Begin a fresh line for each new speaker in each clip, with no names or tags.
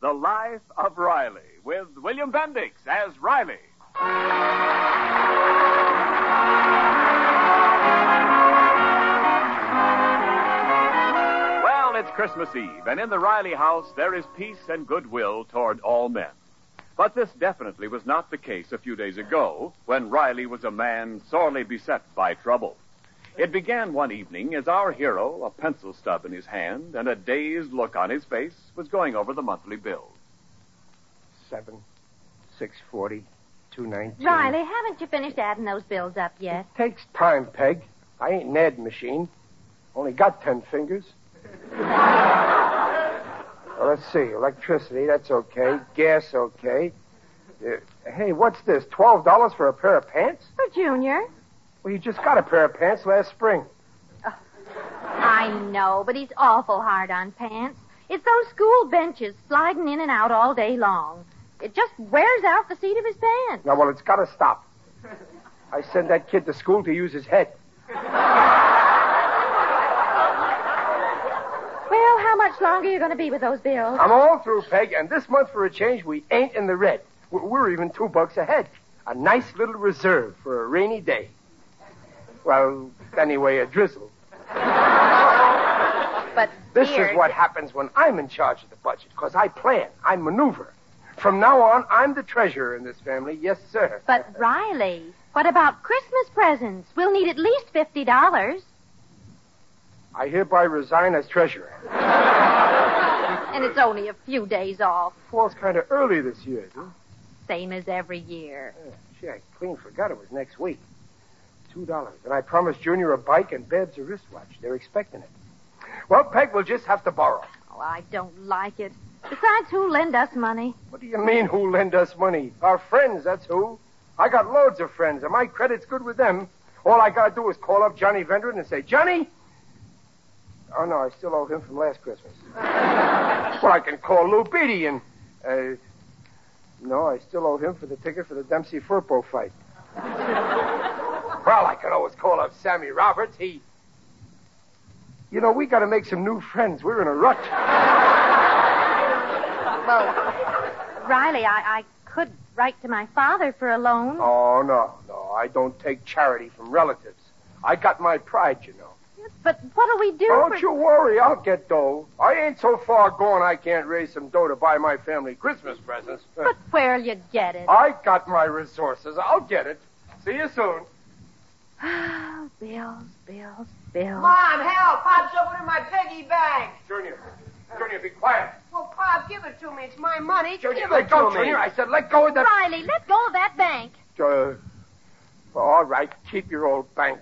The Life of Riley with William Bendix as Riley. Well, it's Christmas Eve, and in the Riley house there is peace and goodwill toward all men. But this definitely was not the case a few days ago when Riley was a man sorely beset by trouble. It began one evening as our hero, a pencil stub in his hand and a dazed look on his face, was going over the monthly bill.
Seven, six forty, two nineteen.
Riley, haven't you finished adding those bills up yet?
Takes time, Peg. I ain't an ad machine. Only got ten fingers. well, let's see. Electricity, that's okay. Gas, okay. Uh, hey, what's this? Twelve dollars for a pair of pants?
For Junior.
Well, you just got a pair of pants last spring.
I know, but he's awful hard on pants. It's those school benches sliding in and out all day long. It just wears out the seat of his pants.
Now, well, it's got to stop. I send that kid to school to use his head.
Well, how much longer are you going to be with those bills?
I'm all through, Peg, and this month for a change, we ain't in the red. We're- We're even two bucks ahead. A nice little reserve for a rainy day. Well, anyway, a drizzle.
But
This
dear,
is what happens when I'm in charge of the budget, because I plan, I maneuver. From now on, I'm the treasurer in this family. Yes, sir.
But Riley, what about Christmas presents? We'll need at least fifty dollars,
I hereby resign as treasurer.
and it's only a few days off,
Falls kind of early this year, huh?
same as every year.
Gee, I clean forgot it was next week. Two dollars. And I promised Junior a bike and Babs a wristwatch. They're expecting it. Well, Peg, we'll just have to borrow.
Oh, I don't like it. Besides, who lend us money?
What do you mean, who lend us money? Our friends, that's who. I got loads of friends, and my credit's good with them. All I gotta do is call up Johnny Vendron and say, Johnny! Oh, no, I still owe him from last Christmas. well, I can call Lou Beatty and, uh, no, I still owe him for the ticket for the Dempsey Furpo fight. well, I can always call up Sammy Roberts. He. You know, we gotta make some new friends. We're in a rut.
Riley, I, I could write to my father for a loan.
Oh, no, no. I don't take charity from relatives. I got my pride, you know.
But what'll we do?
Don't
for-
you worry. I'll get dough. I ain't so far gone I can't raise some dough to buy my family Christmas presents.
But where'll you get it?
I got my resources. I'll get it. See you soon.
Ah,
bills, bills, bills.
Mom, help! Pop's opening my piggy bank.
Junior. Junior, be quiet.
Well, Pop, give it to me. It's my money.
Junior,
give
let
it
go,
to me.
Junior. I said let go of that.
Riley, let go of that bank.
Uh, all right, keep your old bank.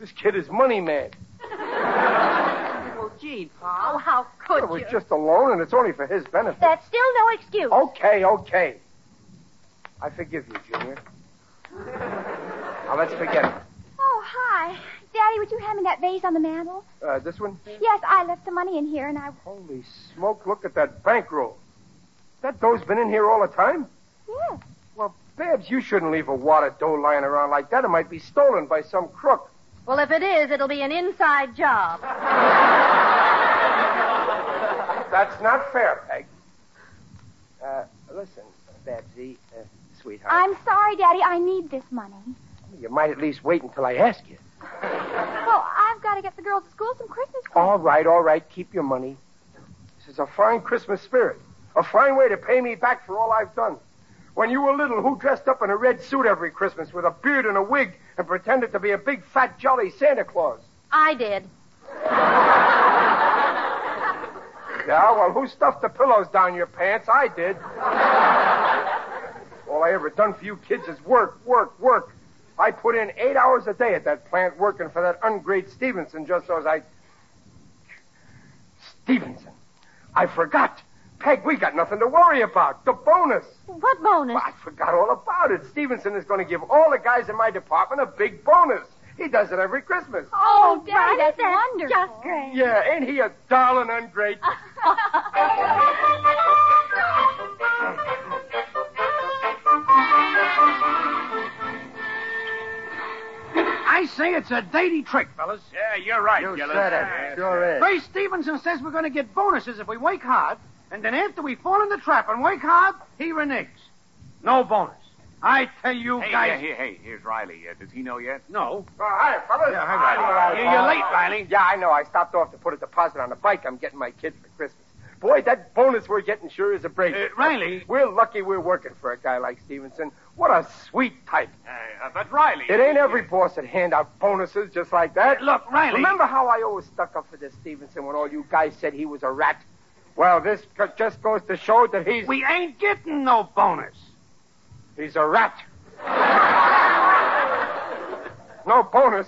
This kid is money mad.
Well, gee,
Oh,
Pop.
how could
It was
you?
just a loan, and it's only for his benefit.
That's still no excuse.
Okay, okay. I forgive you, Junior. Now let's forget it.
Oh, hi. Daddy, would you hand me that vase on the mantel?
Uh, this one?
Yes, I left the money in here and I.
Holy smoke, look at that bankroll. That dough's been in here all the time?
Yes.
Well, Babs, you shouldn't leave a wad of dough lying around like that. It might be stolen by some crook.
Well, if it is, it'll be an inside job.
That's not fair, Peg. Uh, listen, Babsy, uh, sweetheart.
I'm sorry, Daddy. I need this money.
You might at least wait until I ask you.
Well, I've got to get the girls to school some Christmas presents.
All right, all right, keep your money. This is a fine Christmas spirit. A fine way to pay me back for all I've done. When you were little, who dressed up in a red suit every Christmas with a beard and a wig and pretended to be a big, fat, jolly Santa Claus?
I did.
Yeah, well, who stuffed the pillows down your pants? I did. All I ever done for you kids is work, work, work. I put in eight hours a day at that plant working for that ungrade Stevenson just so as I. Stevenson. I forgot. Peg, we got nothing to worry about. The bonus.
What bonus?
Well, I forgot all about it. Stevenson is going to give all the guys in my department a big bonus. He does it every Christmas.
Oh, Daddy,
Riley,
that's
that's
wonderful.
Just great.
Yeah, ain't he a darling ungrade?
I say it's a dainty trick, fellas.
Yeah, you're right,
You
Gillis.
said it.
Yes,
Sure
yes.
is.
Ray Stevenson says we're going to get bonuses if we wake hard, And then after we fall in the trap and work hard, he reneges. No bonus. I tell you
Hey,
guys.
yeah, here, hey, here's Riley. Uh, does he know yet?
No.
Oh, hi, fellas.
Yeah, hi, Riley.
Hi,
Yeah, you're late, Riley.
Yeah, I know. I stopped off to put a deposit on a bike I'm getting my kid for Christmas. Boy, that bonus we're getting sure is a break.
Uh, Riley.
We're lucky we're working for a guy like Stevenson. What a sweet type.
Uh, uh, but Riley.
It ain't every boss that hand out bonuses just like that.
Look, Riley.
Remember how I always stuck up for this Stevenson when all you guys said he was a rat? Well, this c- just goes to show that he's
We ain't getting no bonus.
he's a rat. no bonus.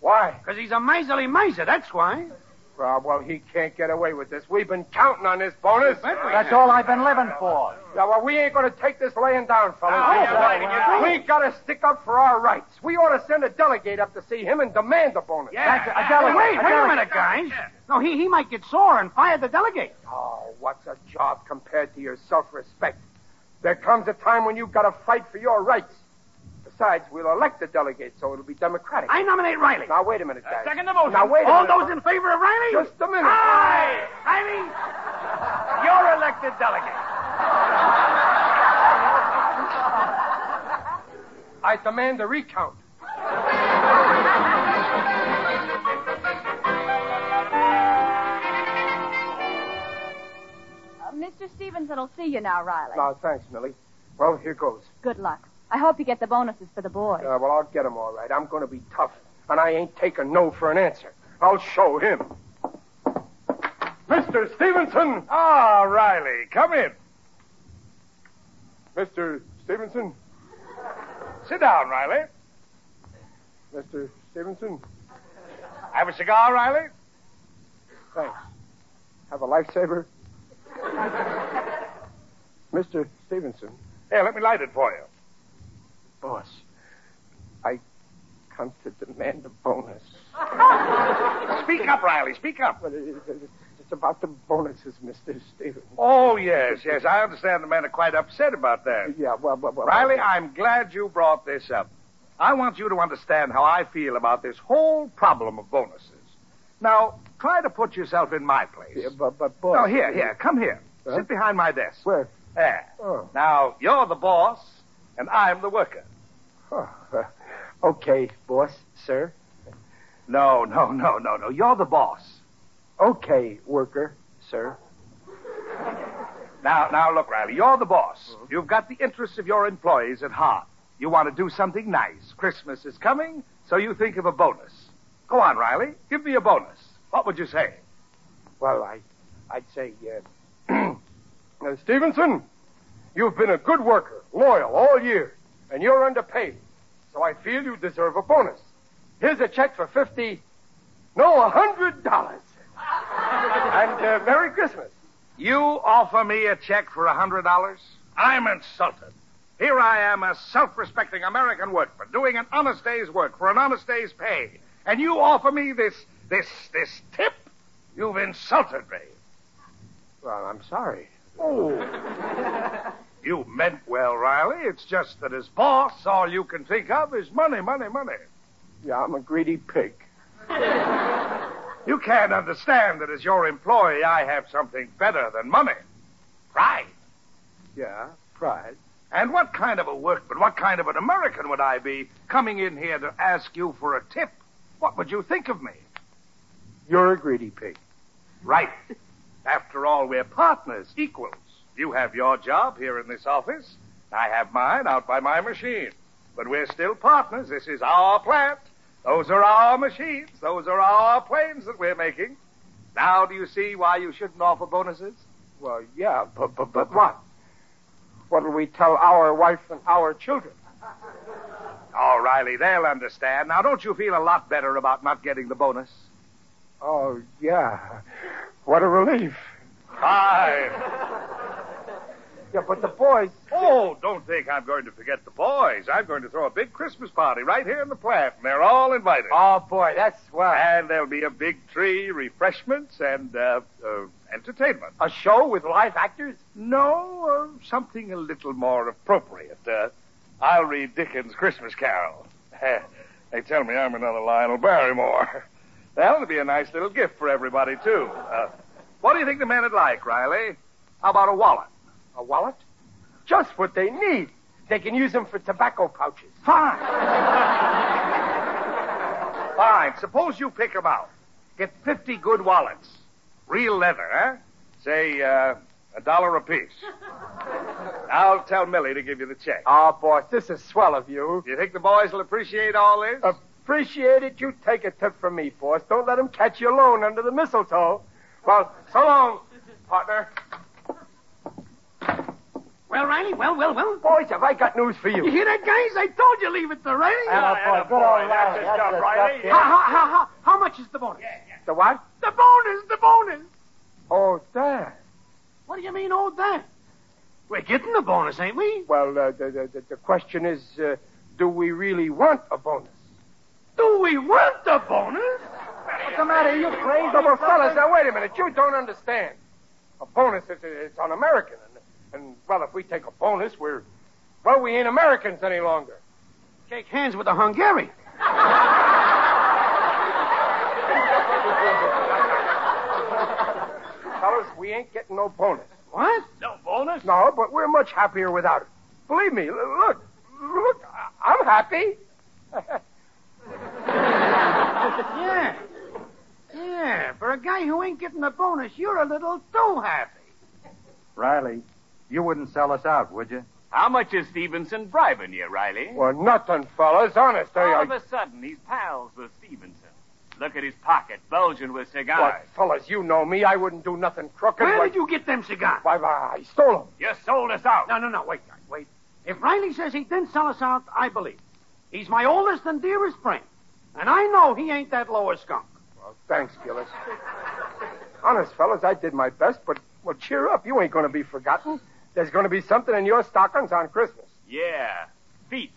Why?
Because he's a miserly miser, that's why.
Rob, well, he can't get away with this. We've been counting on this bonus.
That's all I've been living for.
Yeah, well, we ain't going to take this laying down, fellas.
Oh,
No, yeah, right, you're
we got to stick up for our rights. We ought to send a delegate up to see him and demand a bonus.
That's a delegate.
Wait, wait a
delegate.
minute, guys. No, he, he might get sore and fire the delegate.
Oh, what's a job compared to your self-respect? There comes a time when you got to fight for your rights. Besides, we'll elect a delegate, so it'll be democratic.
I Uh, nominate Riley.
Now, wait a minute, guys.
second the motion.
Now, wait a
All
minute.
those in favor of Riley?
Just a minute.
Aye! Riley? You're elected delegate.
I demand a recount.
Uh, Mr. Stevenson will see you now, Riley.
No, thanks, Millie. Well, here goes.
Good luck. I hope you get the bonuses for the boys.
Uh, well, I'll get him all right. I'm going to be tough, and I ain't taking no for an answer. I'll show him. Mr. Stevenson!
Ah, Riley, come in.
Mr. Stevenson?
Sit down, Riley.
Mr. Stevenson?
Have a cigar, Riley?
Thanks. Have a lifesaver? Mr. Stevenson,
Here, let me light it for you.
boss, I come to demand a bonus.
Speak up, Riley. Speak up.
But it- it- it's about the bonuses, Mr. Stevenson.
Oh, yes, yes. I understand the men are quite upset about that.
Yeah, well, well, well.
Riley, I'm glad you brought this up. I want you to understand how I feel about this whole problem of bonuses. Now, try to put yourself in my place.
Yeah, but, but, boss.
No, here, here. Come here.
Huh?
Sit behind my desk.
Where?
There.
Oh.
Now, you're the boss, and I'm the worker.
Oh, okay, boss, sir.
No, no, no, no, no. You're the boss.
Okay, worker, sir.
Now, now, look, Riley, you're the boss.
Mm-hmm.
You've got the interests of your employees at heart. You want to do something nice. Christmas is coming, so you think of a bonus. Go on, Riley. Give me a bonus. What would you say?
Well, I, I'd say, uh, uh, Stevenson, you've been a good worker, loyal all year, and you're underpaid. So I feel you deserve a bonus. Here's a check for fifty, no, a hundred dollars. and uh, Merry Christmas.
You offer me a check for a hundred dollars? I'm insulted. Here I am, a self-respecting American workman, doing an honest day's work for an honest day's pay, and you offer me this, this, this tip? You've insulted me.
Well, I'm sorry.
You meant well, Riley. It's just that as boss, all you can think of is money, money, money.
Yeah, I'm a greedy pig.
You can't understand that as your employee, I have something better than money. Pride.
Yeah, pride.
And what kind of a workman, what kind of an American would I be coming in here to ask you for a tip? What would you think of me?
You're a greedy pig.
Right. After all, we're partners, equals. You have your job here in this office. I have mine out by my machine. But we're still partners. This is our plant. Those are our machines. Those are our planes that we're making. Now do you see why you shouldn't offer bonuses?
Well, yeah, but but but what? What'll we tell our wife and our children?
Oh, Riley, they'll understand. Now don't you feel a lot better about not getting the bonus?
Oh, yeah. What a relief.
Fine.
Yeah, but the boys.
Oh, don't think I'm going to forget the boys. I'm going to throw a big Christmas party right here in the plant, and they're all invited.
Oh, boy, that's swell.
And there'll be a big tree, refreshments, and uh, uh, entertainment.
A show with live actors?
No, uh, something a little more appropriate. Uh, I'll read Dickens' Christmas Carol. they tell me I'm another Lionel Barrymore. That'll be a nice little gift for everybody, too. Uh, what do you think the men would like, Riley?
How about a wallet?
A wallet? Just what they need. They can use them for tobacco pouches.
Fine.
Fine. Suppose you pick 'em out. Get 50 good wallets. Real leather, huh? Say, uh, a dollar apiece. I'll tell Millie to give you the check.
Oh, boss, this is swell of you.
You think the boys will appreciate all this?
Uh,
Appreciate it. You take a tip from me, boss. Don't let them catch you alone under the mistletoe. Well, so long, partner.
Well, Riley, well, well, well.
Boys, have I got news for
You
you.
hear that, guys? I told you leave it to Riley.
Atta boy,
Atta
good
boy.
old
That's
Riley,
it.
that's
Stuff,
the
Riley.
stuff, yeah.
How, how, how, how, how much is the bonus?
The what?
The bonus, the bonus.
Oh, that.
What do you mean, all that? We're getting the bonus, ain't we?
Well, uh, the, the, the question is, uh, do we really want a bonus?
Do we want the bonus?
What's the matter? You crazy? Well, fellas, now wait a minute. You don't understand. A bonus, it's, it's un-American. And, and, well, if we take a bonus, we're, well, we ain't Americans any longer.
Shake hands with the Hungarian.
Fellas, we ain't getting no bonus.
What?
No bonus?
No, but we're much happier without it. Believe me, l- look, look, I- I'm happy.
Yeah. Yeah, for a guy who ain't getting the bonus, you're a little too happy.
Riley, you wouldn't sell us out, would you?
How much is Stevenson bribing you, Riley?
well, nothing, fellas. Honest,
All
I...
of a sudden, he's pals with Stevenson. Look at his pocket, bulging with
Well,
cigars.
fellas, you know me. I wouldn't do nothing crooked.
Where
Why-
did you get them cigars?
Why, why, I stole them.
You sold us out.
No, no, no, wait, guys, wait. If Riley says he didn't sell us out, I believe. He's my oldest and dearest friend. And I know he ain't that lower skunk.
Well, thanks, Gillis. Honest, fellas, I did my best, but well, cheer up. You ain't going to be forgotten. There's going to be something in your stockings on Christmas.
Yeah. Feet.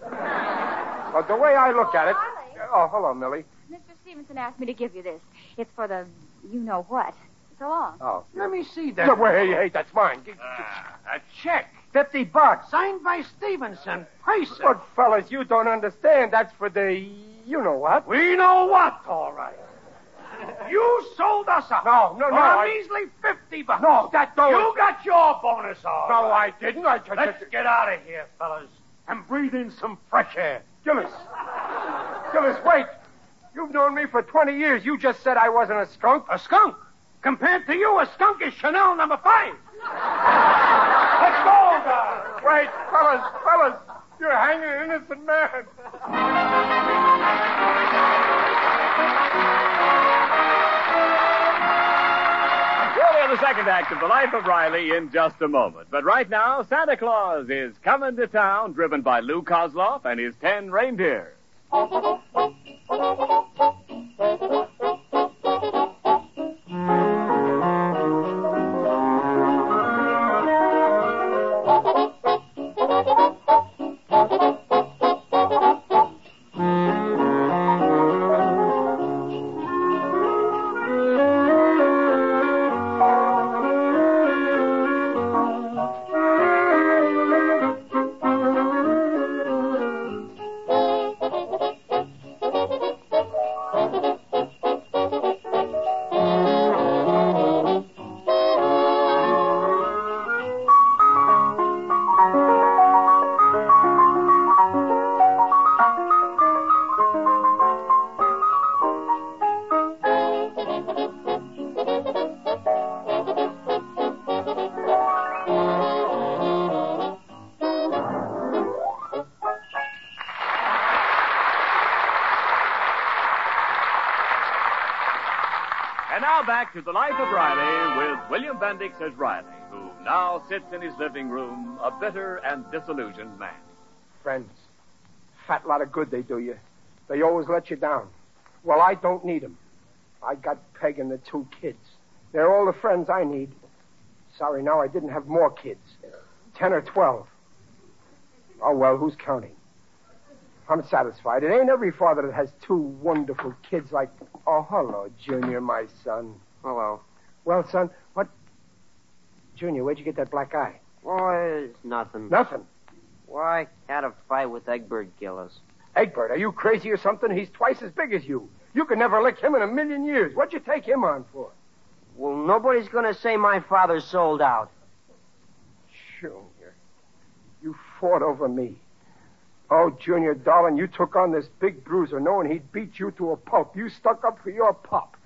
Well, the way I look at it.
Oh, Riley.
Oh, hello, Millie.
Mr. Stevenson asked me to give you this. It's for the you know what. So long.
Oh.
Let me see that.
Yeah, well, hey, hey, that's mine. G-
Ah, a check.
Fifty bucks.
Signed by Stevenson, Pacer.
But, fellas, you don't understand. That's for the you know what.
We know what, all right. You sold us out.
No, no, no,
For a
I-
measly 50 bucks.
No, that don't.
You got your bonus, all
No,
right.
I didn't. I just.
Let's get out of here, fellas, and breathe in some fresh air.
Gillis. Gillis, wait. You've known me for 20 years. You just said I wasn't a skunk.
A skunk? Compared to you, a skunk is Chanel number five.
Let's go, guys. Wait, fellas, fellas. You're hanging an innocent man.
We'll hear the second act of The Life of Riley in just a moment. But right now, Santa Claus is coming to town, driven by Lou Kozloff and his ten reindeer. And now back to The Life of Riley with William Bendix as Riley, who now sits in his living room, a bitter and disillusioned man.
Friends. Fat lot of good they do you. They always let you down. Well, I don't need 'em. I got Peg and the two kids. They're all the friends I need. Sorry, now I didn't have more kids. Ten or twelve. Oh, well, who's counting? I'm satisfied. It ain't every father that has two wonderful kids like, oh, hello, Junior, my son.
Hello.
Well, son, what? Junior, where'd you get that black eye?
Boy, it's nothing.
Nothing.
Why, I had a fight with Egbert Gillis.
Egbert, are you crazy or something? He's twice as big as you. You could never lick him in a million years. What'd you take him on for?
Well, nobody's gonna say my father sold out.
Junior, you fought over me. Oh, Junior, darling, you took on this big bruiser knowing he'd beat you to a pulp. You stuck up for your pop.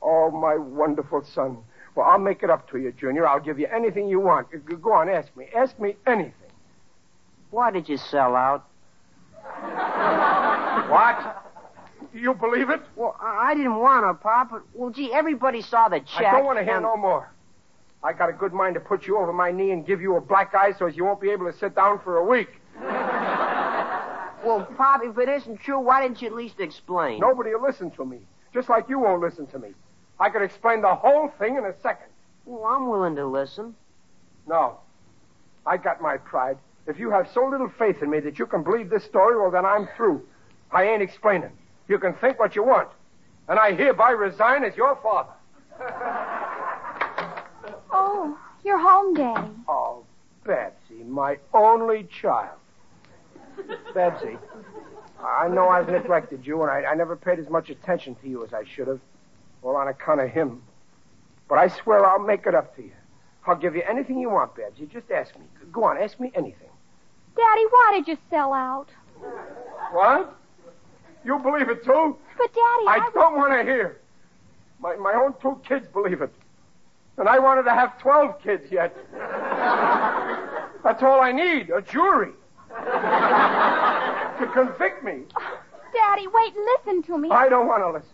Oh, my wonderful son. Well, I'll make it up to you, Junior. I'll give you anything you want. G- Go on, ask me. Ask me anything.
Why did you sell out?
What? You believe it?
Well, I I didn't want to, Pop. But, well, gee, everybody saw the check.
I don't want to hear
and-
no more. I got a good mind to put you over my knee and give you a black eye so as you won't be able to sit down for a week.
Well, Pop, if it isn't true, why didn't you at least explain?
Nobody will listen to me, just like you won't listen to me. I could explain the whole thing in a second.
Well, I'm willing to listen.
No. I got my pride. If you have so little faith in me that you can believe this story, well, then I'm through. I ain't explaining. You can think what you want. And I hereby resign as your father.
Oh, you're home, Daddy.
Oh, Betsy, my only child. Betsy, I know I've neglected you, and I, I never paid as much attention to you as I should have, all on account of him. But I swear I'll make it up to you. I'll give you anything you want, Babs. You just ask me. Go on, ask me anything.
Daddy, why did you sell out?
What? You believe it too?
But Daddy, I,
I
was-
don't want to hear. My, my own two kids believe it. And I wanted to have 12 kids yet. That's all I need a jury to convict me.
Daddy, wait and listen to me.
I don't want to listen.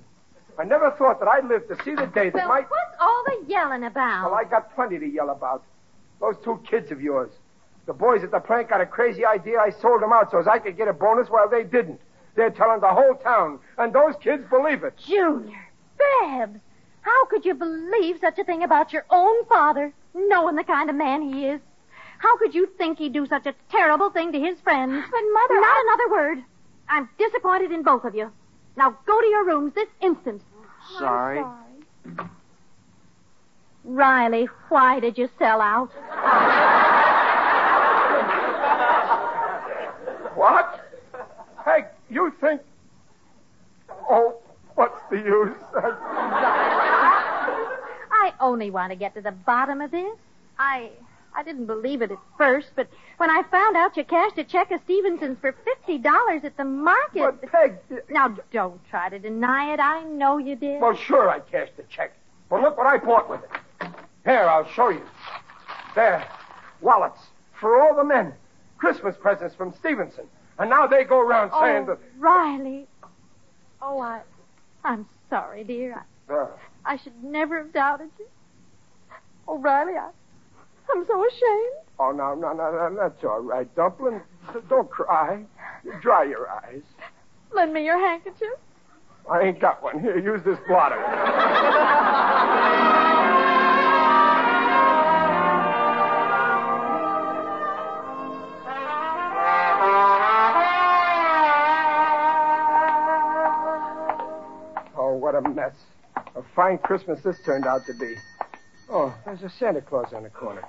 I never thought that I'd live to see the day that
Well,
my.
what's all the yelling about?
Well, I got plenty to yell about. Those two kids of yours. The boys at the plant got a crazy idea. I sold them out so as I could get a bonus while they didn't. They're telling the whole town, and those kids believe it.
Junior, Babs, how could you believe such a thing about your own father, knowing the kind of man he is? How could you think he'd do such a terrible thing to his friends?
But Mother,
Not
I-
another word. I'm disappointed in both of you. Now go to your rooms this instant.
Sorry.
I'm sorry.
Riley, why did you sell out?
What? Hey, you think. Oh, what's the use?
I only want to get to the bottom of this. I I didn't believe it at first, but when I found out you cashed a check of Stevenson's for fifty dollars at the
but,
market.
Peg.
Now don't try to deny it. I know you did.
Well, sure, I cashed the check. But look what I bought with it. Here, I'll show you. There. Wallets. For all the men. Christmas presents from Stevenson. And now they go around saying
oh,
that.
Riley. Oh, I I'm sorry, dear.
There.
I, I should never have doubted you. Oh, Riley, I I'm so ashamed.
Oh, no, no, no, no, that's all right, Dumplin. D- Don't cry. Dry your eyes.
Lend me your handkerchief.
I ain't got one. Here, use this blotter. Oh, what a mess. A fine Christmas this turned out to be. Oh, there's a Santa Claus on the corner.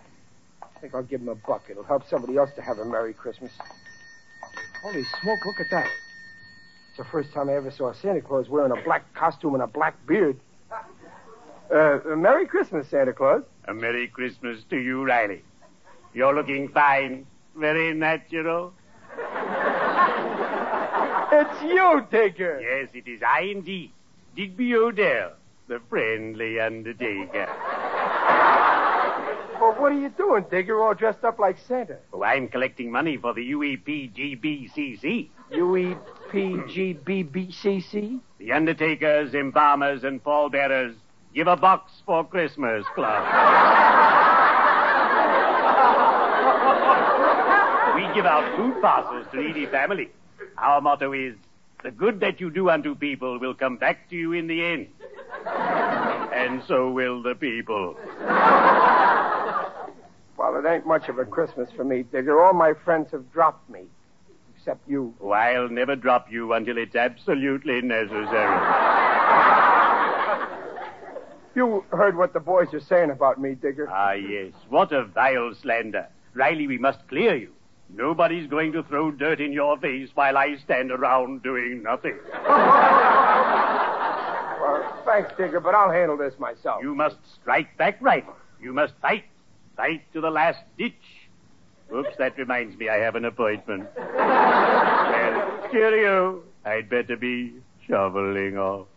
I think I'll give him a buck. It'll help somebody else to have a Merry Christmas. Holy smoke, look at that. It's the first time I ever saw Santa Claus wearing a black costume and a black beard. Uh, Merry Christmas, Santa Claus.
A Merry Christmas to you, Riley. You're looking fine. Very natural.
It's you, Digger.
Yes, it is I indeed. Digby Odell, the friendly undertaker.
Well, what are you doing, Digger, all dressed up like Santa?
Oh, I'm collecting money for the E UEPGBCC,
U-E-P-G-B-B-C-C?
the undertakers, embalmers, and pallbearers. Give a box for Christmas Club. we give out food parcels to needy families. Our motto is, the good that you do unto people will come back to you in the end. and so will the people.
Well, it ain't much of a Christmas for me, Digger. All my friends have dropped me, except you.
Oh, I'll never drop you until it's absolutely necessary.
You heard what the boys are saying about me, Digger.
ah, yes. What a vile slander. Riley, we must clear you. Nobody's going to throw dirt in your face while I stand around doing nothing.
Well, Thanks, Digger, but I'll handle this myself.
You must strike back right. You must fight. Fight to the last ditch. Oops, that reminds me I have an appointment. well, cheerio. I'd better be shoveling off.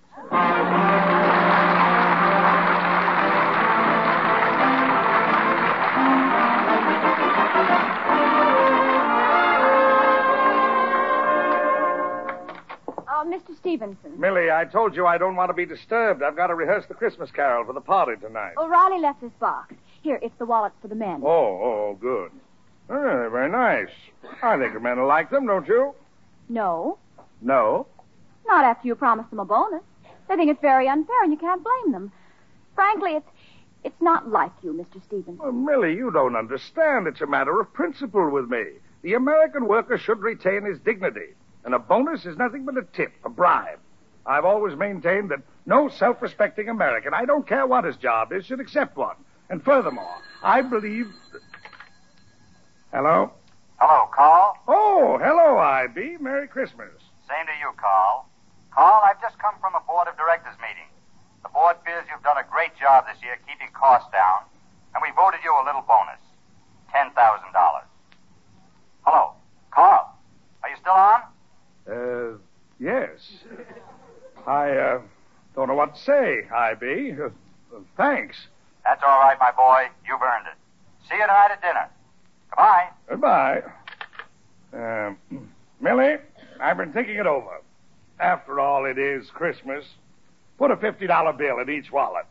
Oh, Mr. Stevenson.
Millie, I told you I don't want to be disturbed. I've got to rehearse the Christmas carol for the party tonight.
O'Reilly left this box. Here, it's the wallet for the men.
Oh, oh, oh, good. Ah, they're very nice. I think the men will like them, don't you?
No,
No.
not after you promised them a bonus. They think it's very unfair, and you can't blame them. Frankly, it's it's not like you, Mr. Stevenson.
Well, Millie, Uh, you don't understand. It's a matter of principle with me. The American worker should retain his dignity, and a bonus is nothing but a tip, a bribe. I've always maintained that no self respecting American, I don't care what his job is, should accept one. And furthermore, I believe. Hello?
Hello, Carl.
Oh, hello, IB. Merry Christmas.
Same to you, Carl. Carl, I've just come from a board of directors meeting. The board feels you've done a great job this year keeping costs down, and we voted you a little bonus $10,000. Hello, Carl. Are you still on?
Uh, yes. I, uh, don't know what to say, IB. Uh, uh, thanks.
That's all right, my boy. You've earned it. See you tonight at dinner. Goodbye.
Goodbye. Um, Millie, I've been thinking it over. After all, it is Christmas. Put a $50 bill in each wallet.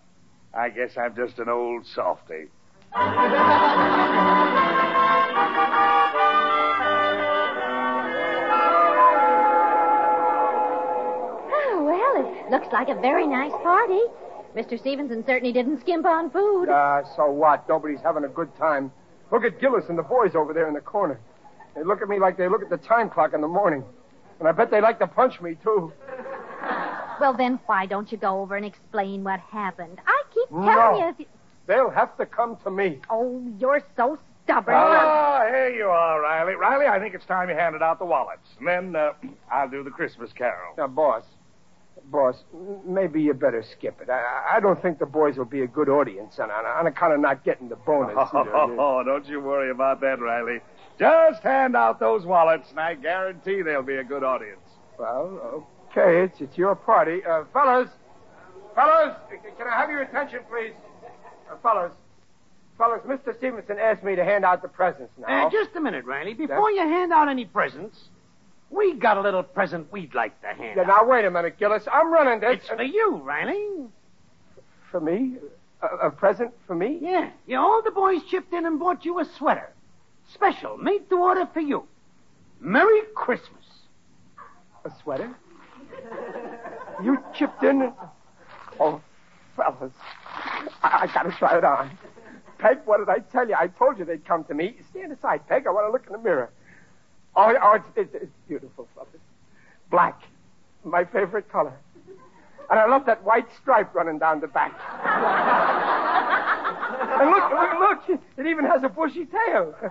I guess I'm just an old softy.
Oh, well, it looks like a very nice party. Mr. Stevenson certainly didn't skimp on food.
Ah, so what? Nobody's having a good time. Look at Gillis and the boys over there in the corner. They look at me like they look at the time clock in the morning. And I bet they like to punch me, too.
Well, then why don't you go over and explain what happened? I keep telling
No.
you. If you...
They'll have to come to me.
Oh, you're so stubborn.
Ah, here you are, Riley. Riley, I think it's time you handed out the wallets. And then uh, I'll do the Christmas carol.
Now, boss, boss, m- maybe you better skip it. I- I, I don't think the boys will be a good audience on, on, on account of not getting the bonus. either.
Oh, don't you worry about that, Riley. Just hand out those wallets, and I guarantee they'll be a good audience.
Well, okay, it's, it's your party. Uh, fellas, fellas, c- c- can I have your attention, please? Uh, fellas, fellas, Mr. Stevenson asked me to hand out the presents now.
Uh, just a minute, Riley. Before you hand out any presents, we got a little present we'd like to hand
Yeah,
out.
now, wait a minute, Gillis. I'm running this.
It's for you, Riley.
For me? A, a present for me?
Yeah. You, all the boys chipped in and bought you a sweater. Special, made to order for you. Merry Christmas.
A sweater? You chipped in. and- Oh, fellas, I, I gotta try it on. Peg, what did I tell you? I told you they'd come to me. Stand aside, Peg. I want to look in the mirror. Oh, oh it's, it's, it's beautiful, fellas. Black, my favorite color. And I love that white stripe running down the back. And look, look, look, it even has a bushy tail.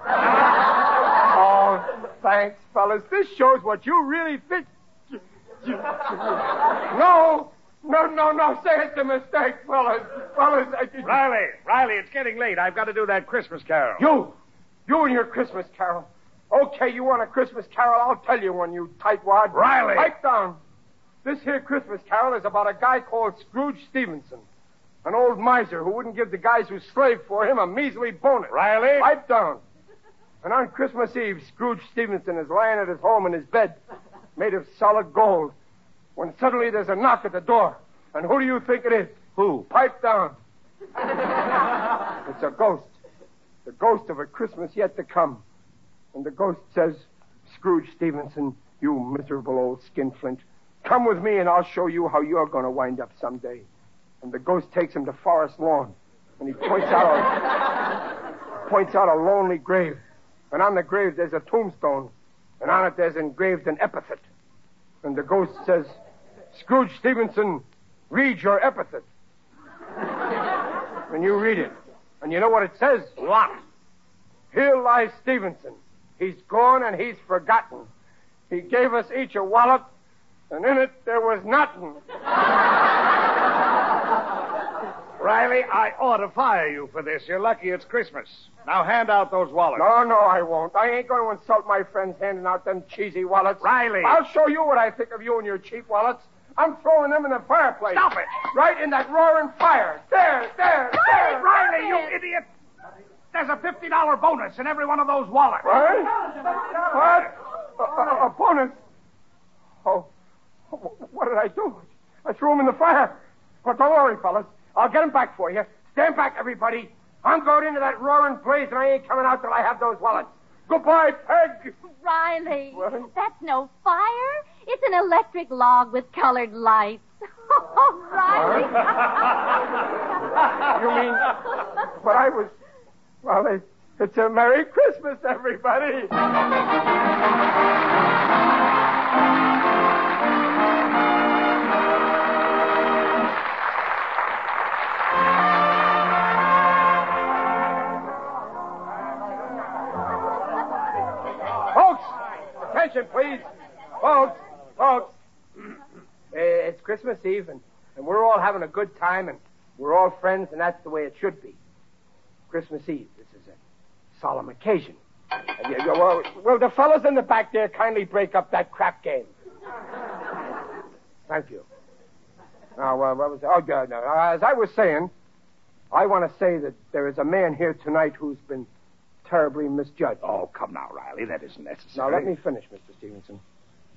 oh, thanks, fellas. This shows what you really think. No, no, no, no. Say it's a mistake, fellas. Fellas, I did
Riley, Riley, it's getting late. I've got to do that Christmas carol.
You, you and your Christmas carol. Okay, you want a Christmas carol? I'll tell you one, you tightwad.
Riley!
Pipe down. This here Christmas carol is about a guy called Scrooge Stevenson, an old miser who wouldn't give the guys who slaved for him a measly bonus.
Riley?
Pipe down. And on Christmas Eve, Scrooge Stevenson is lying at his home in his bed, made of solid gold, when suddenly there's a knock at the door. And who do you think it is?
Who?
Pipe down. It's a ghost. The ghost of a Christmas yet to come. And the ghost says, Scrooge Stevenson, you miserable old skinflint, come with me and I'll show you how you're going to wind up someday. And the ghost takes him to Forest Lawn. And he points out a, points out a lonely grave. And on the grave there's a tombstone. And on it there's engraved an epithet. And the ghost says, Scrooge Stevenson, read your epithet. and you read it. And you know what it says? What? Here lies Stevenson. He's gone and he's forgotten. He gave us each a wallet, and in it there was nothing.
Riley, I ought to fire you for this. You're lucky it's Christmas. Now hand out those wallets.
No, no, I won't. I ain't going to insult my friends handing out them cheesy wallets.
Riley.
I'll show you what I think of you and your cheap wallets. I'm throwing them in the fireplace.
Stop it.
Right in that roaring fire. There, there, there.
Riley, you idiot. There's a $50 bonus in every one of those wallets.
What? What? A, a, a bonus? Oh, wh- what did I do? I threw him in the fire. But don't worry, fellas. I'll get him back for you. Stand back, everybody. I'm going into that roaring blaze, and I ain't coming out till I have those wallets. Goodbye, Peg.
Riley, that's no fire. It's an electric log with colored lights. Oh, Riley.
You mean- But I was. Well, it- it's a Merry Christmas, everybody. Folks, attention, please. Folks, folks. Eh, It's Christmas Eve, and, and we're all having a good time, and we're all friends, and that's the way it should be. Christmas Eve. This is a solemn occasion. And you- you- well, well, the fellas in the back there kindly break up that crap game. Thank you. Now, uh, what was Oh, yeah, no. As I was saying, I want to say that there is a man here tonight who's been terribly misjudged.
Oh, come now, Riley. That isn't
Now,
necessary.
let me finish, Mr. Stevenson.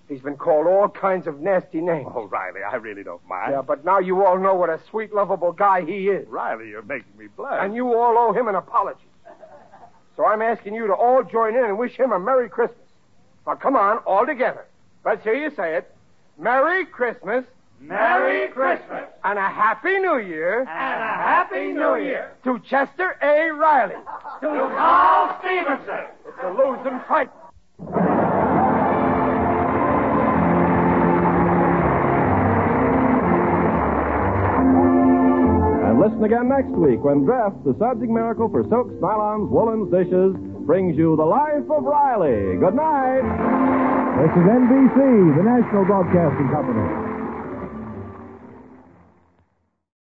He's been called all kinds of nasty names.
Oh, Riley, I really don't mind.
Yeah, but now you all know what a sweet, lovable guy he is.
Riley, you're making me blush.
And you all owe him an apology. So I'm asking you to all join in and wish him a Merry Christmas. Now, come on, all together. Let's hear you say it. Merry Christmas.
Merry Christmas.
And a Happy New Year. And a
Happy New Year.
To Chester A. Riley.
To Carl Stevenson.
It's a losing fight.
And listen again next week when Draft, the subject miracle for soaps, nylons, woolens, dishes, brings you The Life of Riley. Good night.
This is NBC, the national broadcasting company.